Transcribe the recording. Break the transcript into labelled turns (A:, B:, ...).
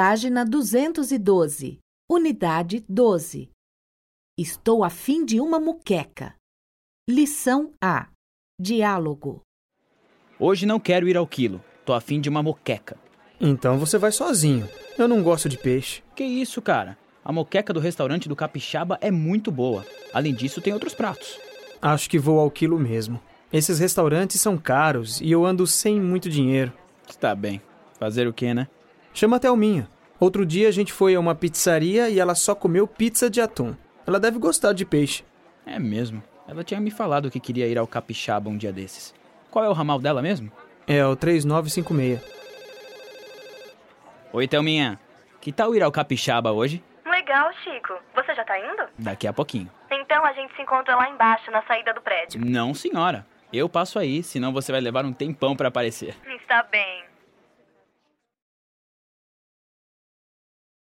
A: Página 212, Unidade 12. Estou a fim de uma muqueca. Lição A. Diálogo.
B: Hoje não quero ir ao quilo. Tô afim de uma moqueca.
C: Então você vai sozinho. Eu não gosto de peixe.
B: Que isso, cara? A moqueca do restaurante do Capixaba é muito boa. Além disso, tem outros pratos.
C: Acho que vou ao quilo mesmo. Esses restaurantes são caros e eu ando sem muito dinheiro.
B: Está tá bem. Fazer o quê, né?
C: Chama a Thelminha. Outro dia a gente foi a uma pizzaria e ela só comeu pizza de atum. Ela deve gostar de peixe.
B: É mesmo. Ela tinha me falado que queria ir ao Capixaba um dia desses. Qual é o ramal dela mesmo?
C: É o 3956.
B: Oi, Thelminha. Que tal ir ao Capixaba hoje?
D: Legal, Chico. Você já tá indo?
B: Daqui a pouquinho.
D: Então a gente se encontra lá embaixo, na saída do prédio.
B: Não, senhora. Eu passo aí, senão você vai levar um tempão pra aparecer.
D: Está bem.